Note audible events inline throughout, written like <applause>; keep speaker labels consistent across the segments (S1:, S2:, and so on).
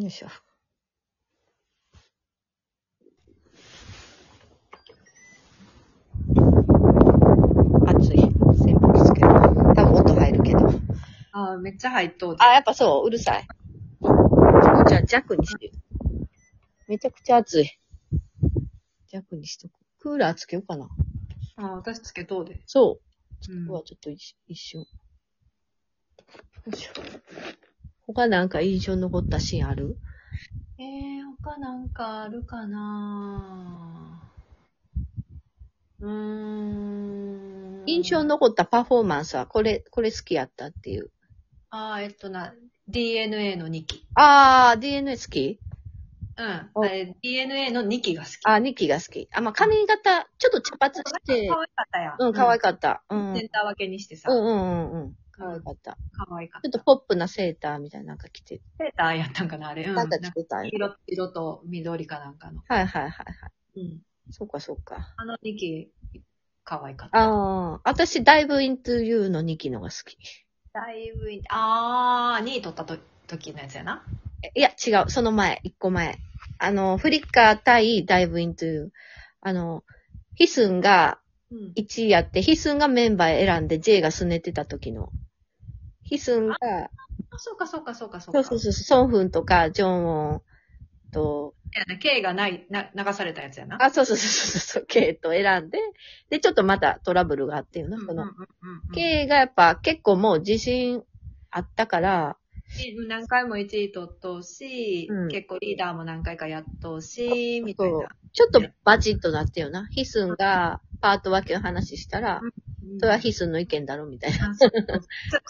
S1: よいしょ。暑い。扇風機つける。多分音入るけど。
S2: ああ、めっちゃ入っとう。
S1: あ、やっぱそう、うるさい。じゃあ弱にして。めちゃくちゃ暑い。弱にしとく。クーラーつけようかな。
S2: ああ、私つけとうで。
S1: そう。
S2: うん
S1: うわ、ちょっと一一瞬。よいしょ。他なんか印象に残ったシーンある
S2: えー、他なんかあるかなうーん。
S1: 印象に残ったパフォーマンスは、これ、これ好きやったっていう。
S2: ああ、えっとな、DNA の2期。
S1: あー、DNA 好き
S2: うん。
S1: お
S2: あれ、DNA の2期が好き。
S1: あー、ニッキーが好き。あ、まあ、髪型、ちょっと茶髪して
S2: 可、愛かったやん。
S1: うん、可愛
S2: か
S1: かった。うん。うん
S2: センター分けにしてさ。
S1: うんうんうん。可愛かった。ち
S2: 可愛かっ
S1: ょ
S2: た。
S1: っとポップなセーターみたいななんか着て、
S2: セーターやったんかな、あれ。うん。
S1: なんか
S2: な
S1: 着
S2: んか
S1: てたんや
S2: 色、色と緑かなんかの。
S1: はいはいはいはい。
S2: うん。
S1: そうかそうか。
S2: あの2期、可愛かった。
S1: あー、私だいぶイントゥユーのニッキーのが好き。
S2: だいぶい、あー、2位取ったと時のやつやな。
S1: いや、違う。その前、一個前。あの、フリッカー対ダイブインという、あの、ヒスンが
S2: うん。
S1: 1位やって、ヒスンがメンバー選んで J がすねてた時の。ヒスンが、
S2: あそうかそうかそうかそ
S1: そ
S2: うか。
S1: うそうそう、ソンフンとか、ジョンウォンと、
S2: やな、K がない、な、流されたやつやな。
S1: あ、そうそうそうそう、そう、K と選んで、で、ちょっとまたトラブルがあっていうな、こ
S2: うんうん
S1: の。
S2: うんうん
S1: K がやっぱ結構もう自信あったから、
S2: うん何回も1位取っとうし、
S1: うん
S2: 結構リーダーも何回かやっとうし、みたい
S1: そ
S2: な
S1: う。ちょっとバチッとなってよな。ヒスンがパート分けの話したら、
S2: うん
S1: それはヒスンの意見だろ、みたいな。
S2: あそうそう <laughs> そう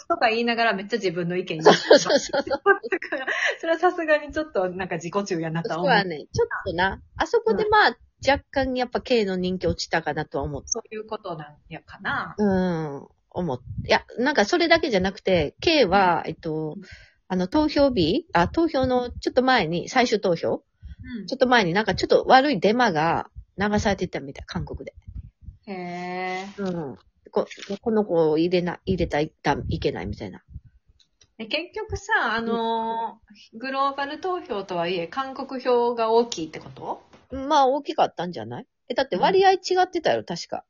S2: とか言いながらめっちゃ自分の意見言
S1: そううそうそうそう。
S2: だから <laughs> それはさすがにちょっとなんか自己中やなとは
S1: そ
S2: 思
S1: こ
S2: う。
S1: はね、ちょっとな、あそこでまあ、若干やっぱ K の人気落ちたかなとは思った。
S2: そういうことなんやかな。
S1: うん、思った。いや、なんかそれだけじゃなくて、K は、えっと、あの、投票日あ、投票のちょっと前に、最終投票
S2: うん
S1: ちょっと前になんかちょっと悪いデマが流されてたみたい、韓国で。
S2: へー
S1: うん。ここの子を入れな、入れたい、いけないみたいな。
S2: え。結局さ、あのーグローバル投票とはいえ、韓国票が大きいってこと
S1: まあ、大きかったんじゃないえ、だって割合違ってたよ、確か。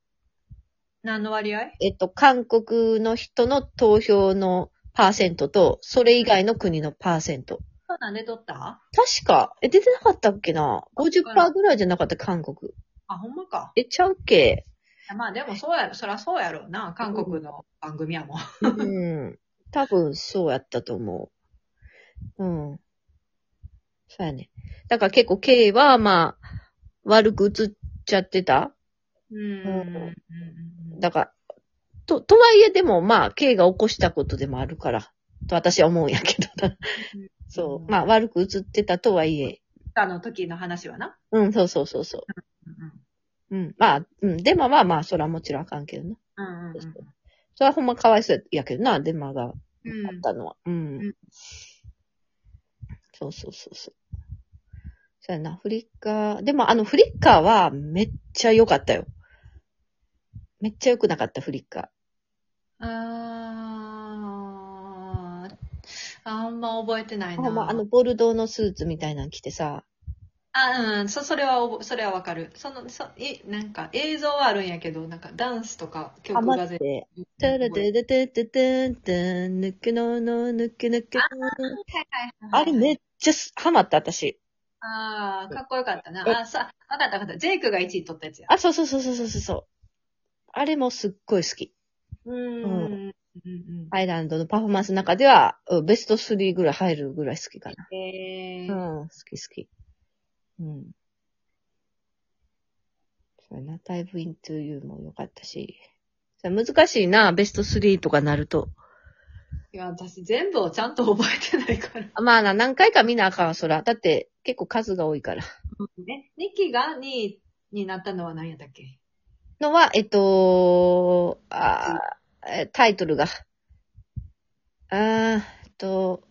S2: 何の割合
S1: えっと、韓国の人の投票のパーセントと、それ以外の国のパーセント。
S2: そうなんで取った
S1: 確か、え、出てなかったっけな ?50% ぐらいじゃなかった、韓国。
S2: あ、ほんまか。
S1: え、ちゃうっけ
S2: いやまあでもそうやろ、そらそうやろうな。韓国の番組やもん。
S1: うん。多分、そうやったと思う。うん。そうやね。だから結構、K は、まあ、悪く映っちゃってた。
S2: うん
S1: うん
S2: うん
S1: だから、と、とはいえでも、まあ、K が起こしたことでもあるから、と私は思うんやけど。 <laughs> そう。まあ、悪く映ってたとはいえ。
S2: あの時の話はな。
S1: うん、そうそうそうそ
S2: うん
S1: う。うん。まあ、うん。デマはまあ、それはもちろんあかんけどな。
S2: うんうん
S1: そうそうそれはほんまかわいそうやけどな、デマがあっ
S2: うんうん
S1: たのは。うん。
S2: うん
S1: そうそうそうそう。そうやな、フリッカー。でもあの、フリッカーはめっちゃ良かったよ。めっちゃ良くなかった、フリッカー。
S2: あーあんま覚えてないな。
S1: ほんま、あの、ボルドーのスーツみたいなの着てさ。
S2: あ、うん、そ、それはおぼ、それはわかる。その、そ、え、なんか、映像はあるんやけど、なんか、ダンスとか、曲
S1: 余
S2: が
S1: っ
S2: 全
S1: て。
S2: 部。
S1: タラテテテテテンテン、ぬくのの、ぬくぬく。あれめっちゃすハマった、私。
S2: ああ、かっこよかったな。あ、さ、わかったわかった。ジェイクが1位取ったやつや。
S1: あ、そうそうそうそうそうそう。あれもすっごい好き。
S2: うーん。
S1: う
S2: うん
S1: アイランドのパフォーマンスの中では、うんベスト3ぐらい入るぐらい好きかな。
S2: うん。え
S1: う
S2: ー、
S1: ん、好き好き。うん。そうやな、ダイブイントゥーユーも良かったし。そう難しいな、ベスト3とかなると。
S2: いや、私全部をちゃんと覚えてないから。
S1: あまあな、何回か見なあかんわ、そら。だって、結構数が多いから。
S2: え、ニキが2位になったのは何やったっけ
S1: のは、えっと、あーえタイトルが。あーえっと、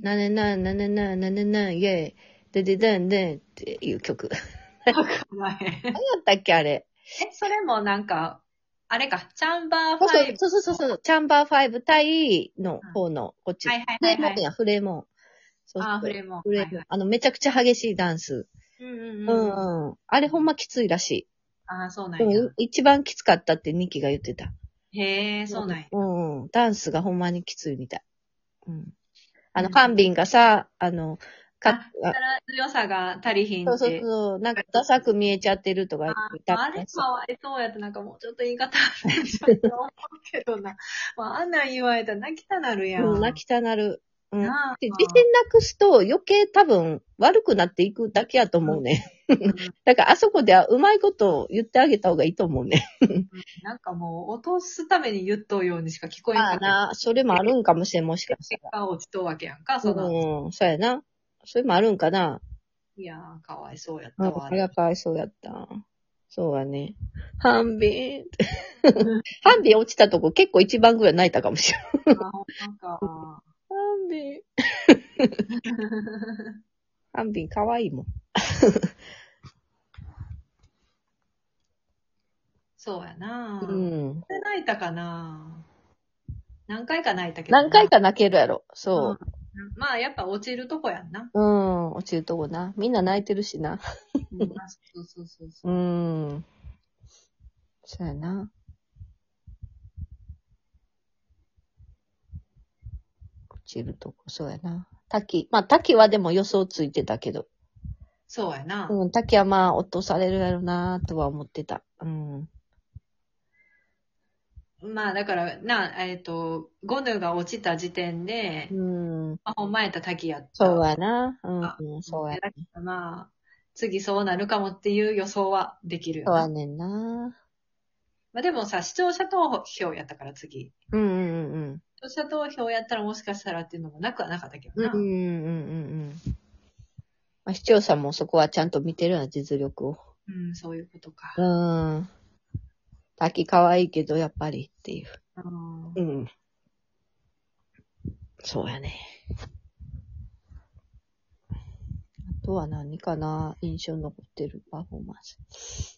S1: なねな、なねな、なねな、イェイ、でででんでんっていう曲。 <laughs>
S2: わからへ
S1: 何
S2: ん
S1: やったっけ、あれ。
S2: え、それもなんか、あれか、チャンバー5。
S1: そうそうそうそうそう、チャンバー5対の方の、こっち。
S2: はいはい
S1: フレー
S2: はい
S1: モ
S2: は
S1: ン
S2: い。
S1: や、フレーモン。そう
S2: あー、フ
S1: そう。
S2: レームを。
S1: フレームあの、めちゃくちゃ激しいダンス。
S2: はいはい。う
S1: う
S2: んうんうん。
S1: んうん。あれほんまきついらし。
S2: ああ、そうないんや
S1: う。ん、一番きつかったってニキが言ってた。
S2: へえ、そうなんや。
S1: うんうん。ダンスがほんまにきついみたい。うん。あの、
S2: うん
S1: カンビンがさ、あの、か
S2: あ、力強さが足りひん
S1: そう
S2: って。
S1: そうそう、なんかダサく見えちゃってるとか言っ
S2: あ
S1: て
S2: まあ、
S1: た
S2: あれかわいそうやって、なんかもうちょっと言い方あるんちゃうと思うけど <laughs> な。まあ、あんなん言われたら泣きたなるやん。
S1: うん、泣きたなる。うん。で
S2: なあ
S1: 自信なくすと余計多分悪くなっていくだけやと思うね。
S2: <laughs> うん
S1: だからあそこではうまいことを言ってあげた方がいいと思うね。
S2: なんかもう、落とすために言っとうようにしか聞こえ
S1: まあ
S2: なかった。
S1: な、 <laughs> それもあるんかもしれん、もしかし
S2: 結
S1: た
S2: 果落ちとうわけやんか、そ
S1: ら。
S2: の。
S1: うん、そうやな。それもあるんかな。
S2: いやー、かわいそうやっ
S1: う
S2: た
S1: ん、 <laughs>
S2: わ。
S1: あれはかわいそうやった。そうやね。ハンビン。
S2: うん
S1: <laughs> ハンビン落ちたとこ結構一番ぐらい泣いたかもしれん。
S2: あほんま
S1: ハ
S2: か。
S1: ンビン。ハンビンかわいいもん。
S2: そうやな
S1: う。ん。
S2: 泣いたかな何回か泣いたけどな。
S1: 何回か泣けるやろ。そう。
S2: うんまあ、やっぱ落ちるとこやんな。
S1: うん、落ちるとこな。みんな泣いてるしな。
S2: うんあそうそうそうそう
S1: う。ーん。そうやな。落ちるとこ、そうやな。滝。まあ、滝はでも予想ついてたけど。
S2: そうやな。
S1: うん、滝はまあ、落とされるやろなとは思ってた。うん。
S2: まあ、だから、な、えっ、と、ゴヌが落ちた時点で、
S1: うん。
S2: まあ、ほんまやったら滝やった。
S1: そうやな。うん、うん、
S2: で。
S1: そうや。
S2: だからまあ、次そうなるかもっていう予想はできるよ
S1: そう
S2: な
S1: やねんな。
S2: まあ、でもさ、視聴者投票やったから次。
S1: うんうんうん
S2: 視聴者投票やったらもしかしたらっていうのもなくはなかったけど
S1: うん。
S2: な。
S1: うんうんうんうんうん。まあ、視聴者もそこはちゃんと見てるような実力を。
S2: うん、そういうことか。
S1: うーん。滝可愛いけど、やっぱりっていう。
S2: うん
S1: うん。そうやね。あとは何かな印象に残ってるパフォーマンス。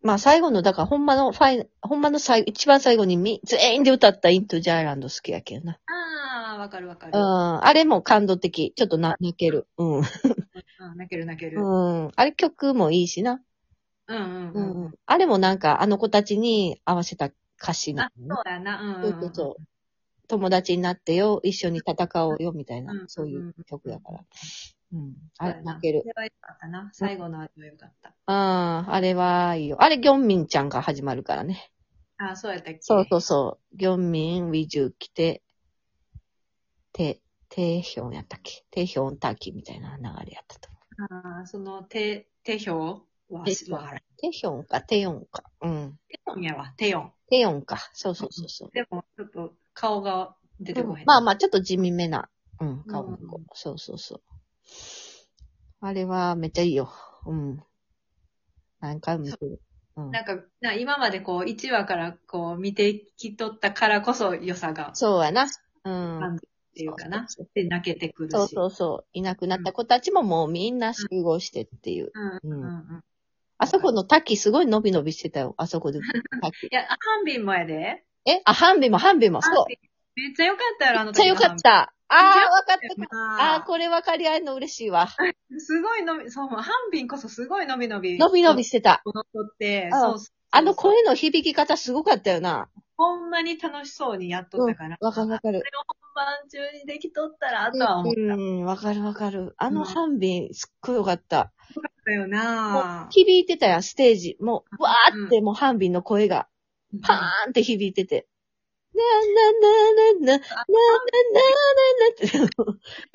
S1: まあ最後の、だからほんまのファイ、ほんまの最後、一番最後にみ、全員で歌ったイントジャイランド好きやけどな。
S2: ああ、わかるわかる
S1: う。ん。あれも感動的。ちょっとな、泣ける。うん。
S2: うん、泣ける泣ける。うん
S1: うん。あれ曲もいいしな。
S2: うん
S1: う
S2: うんん。
S1: うんあれもなんか、あの子たちに合わせた歌詞
S2: あ
S1: な、
S2: そうやな。うん
S1: のね。
S2: ん
S1: そうそうそう。友達になってよ、一緒に戦おうよ、みたいな、
S2: うん
S1: そういう曲だから。うん。
S2: そ
S1: あ
S2: う
S1: れ
S2: や、な
S1: 泣ける
S2: そ。れは良かったな。最後のあれは良かった。
S1: ああ、あれはいいよ。あれ、ギョンミンちゃんが始まるからね。
S2: ああ、そうやったっけ
S1: そうそうそう。ギョンミン、ウィジュ来て、て、テイヒョンやったっけテイヒョンターキーみたいな流れやったと思
S2: ああ、その手、手表は
S1: 手表
S2: わからん。
S1: う。テイヒョンか、テヨンか。うん。
S2: 手ヨンやわ、手ヨン。
S1: テヨンか。そうそうそうそう。
S2: でも、ちょっと顔が出てこへん。
S1: まあまあ、ちょっと地味めな、うん、顔の子。
S2: うん
S1: そうそうそう。あれはめっちゃいいよ。うん。何回も見てる。うん。
S2: なんか、な今までこう、1話からこう、見てきとったからこそ良さが、
S1: そうやな。うん。
S2: 感じっていうかな。
S1: そう
S2: で、泣けてくるし。
S1: そうそうそう。いなくなった子たちももうみんな集合してっていう。
S2: うん
S1: う。
S2: うんんうん。
S1: あそこの滝すごい伸び伸びしてたよ。あそ
S2: <laughs>
S1: こで。滝
S2: いや、あハンビンもやで。
S1: えあ、ハンビもハンビも。
S2: ハ
S1: そ
S2: ンビンめっちゃ良かったよ、あ
S1: う。め
S2: の
S1: っちゃ
S2: 時
S1: よ
S2: の
S1: か
S2: ハン
S1: っ
S2: ビン。
S1: た。あー、わかった。あ
S2: あ
S1: ー、これ分かり合えるの嬉しいわ。
S2: すごいのび、そう、ハンビンこそすごいのびのび。
S1: 伸び伸びしてた。
S2: 踊って、
S1: うん
S2: そうそう
S1: あの声の響き方すごかったよな。
S2: ほんまに楽しそうにやっとったから。
S1: わかるわかる。
S2: 本番中にできとったら、あとは思っ
S1: うん、わかるわかる。あ
S2: う
S1: の
S2: ん
S1: ハンビン、すっごいよかった。
S2: たよなぁ。
S1: 響いてたやん、ステージ。もう、わーって、もうハンビンの声が、パーンって響いてて。ななななな、なななななって。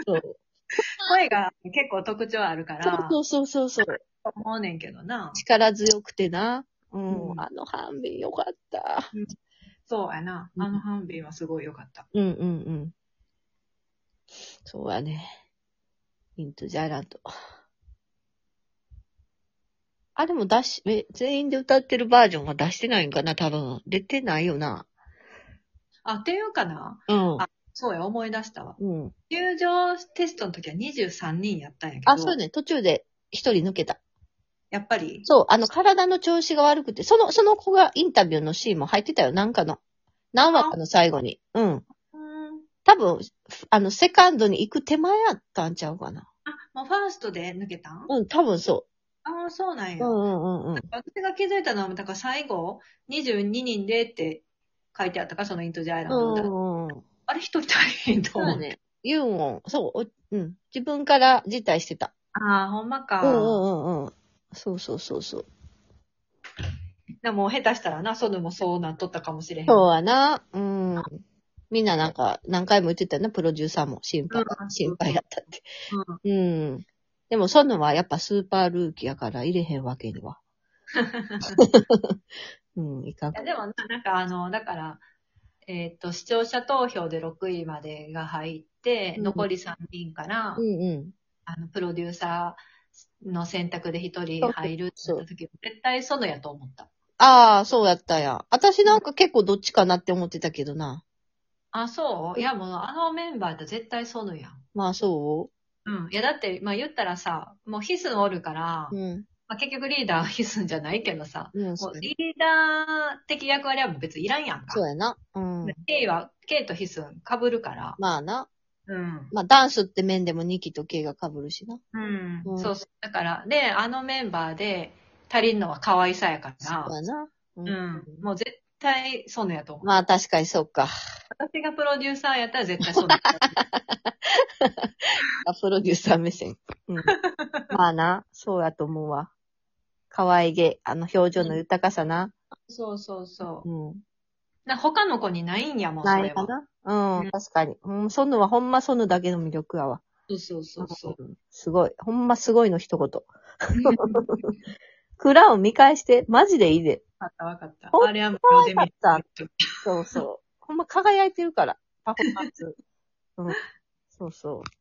S1: そう。
S2: 声が結構特徴あるから、
S1: そうそうそうそう。
S2: 思うねんけどな。
S1: 力強くてな。うん、
S2: うん
S1: あのハンビンよかった。
S2: そうやな。
S1: うん
S2: あのハンビンはすごい良かった。
S1: うんうんうん。そうやね。イントジャイランド。あ、でも出し、え、全員で歌ってるバージョンは出してないんかな多分。出てないよな。
S2: あ、っていうかな。
S1: うん。
S2: そうや、思い出したわ。
S1: うん。
S2: 入場テストの時は23人やったんやけど、
S1: あ、そうね。途中で一人抜けた。
S2: やっぱり、
S1: そう、あの、体の調子が悪くて、その、その子がインタビューのシーンも入ってたよ。なんかの。何話かの最後に。うん。
S2: うん
S1: 多分、あの、セカンドに行く手前やったんちゃうかな。
S2: あ、もうファーストで抜けたん
S1: うん、多分そ
S2: ああ、そうなん
S1: う。
S2: や。
S1: うんうんうんうん。
S2: 私が気づいたのは、だから最後、22人でって書いてあったか、そのイントジアイランド
S1: う
S2: だから。
S1: んうんうん。
S2: あれ、一人足りへんと
S1: そう
S2: 思
S1: だ
S2: う。
S1: ね。ユンを、そう、おうん。自分から辞退してた。
S2: ああ、ほんまか。
S1: うんうんうんうん。そうそうそうそう。
S2: でも、下手したらな、ソヌもそうなっとったかもしれへん。
S1: そうやな。うん。みんななんか、何回も言ってたよな、プロデューサーも心配
S2: う、ん
S1: 心配だったって。
S2: うん。
S1: うん。でも、そのはやっぱスーパールーキーやから入れへんわけに
S2: <laughs>
S1: は。うん、いかん
S2: いやでもな、なんかあの、だから、えーっと、視聴者投票で6位までが入って、
S1: うん
S2: 残り3人から、
S1: うんうん。
S2: あの、プロデューサーの選択で1人入るって
S1: そう
S2: なった時、絶対ソヌやと思った。
S1: ああ、そうやったんや。私なんか結構どっちかなって思ってたけどな。
S2: あ、そういや、もうあのメンバーって絶対ソヌやん。
S1: まあ、そ
S2: うん。いや、だって、まあ言ったらさ、もうヒスンおるから、
S1: ううん。
S2: まあ、結局リーダーはヒスンじゃないけどさ、
S1: うん、そ
S2: も
S1: う
S2: うリーダー的役割はもう別にいらんやんか。
S1: そうやな。うん。
S2: K は、K とヒスン被るから。
S1: まあな。
S2: うん。
S1: まあ、ダンスって面でも2期と K が被るしな。
S2: うん
S1: うん
S2: そうそう。だから、で、あのメンバーで足りんのは可愛さやか
S1: そう
S2: ら、
S1: やな。う
S2: うん。もう絶対そうのやと思う。
S1: まあ、確かにそうか。
S2: 私がプロデューサーやったら絶対そうのやと思う。
S1: あ、プロデューサー目線。
S2: <laughs>
S1: うん。まあな、そうやと思うわ。可愛げ、あの表情の豊かさな。
S2: <laughs> そうそうそうう。
S1: ん。
S2: な他の子にないんやもん、そ
S1: な
S2: れ
S1: いか
S2: は。
S1: な。うん、
S2: うん
S1: 確かに。うん、ソヌはほんまソヌだけの魅力やわ。
S2: そうそうそう <laughs> そう。
S1: んすごい。ほんますごいの一言。クラウン見返して、マジでいいで。
S2: わかったわかった。
S1: ほん
S2: あれは無料で見る
S1: 可愛そうそう。ほんま輝いてるから、パフォーマンス。うん。そうそう。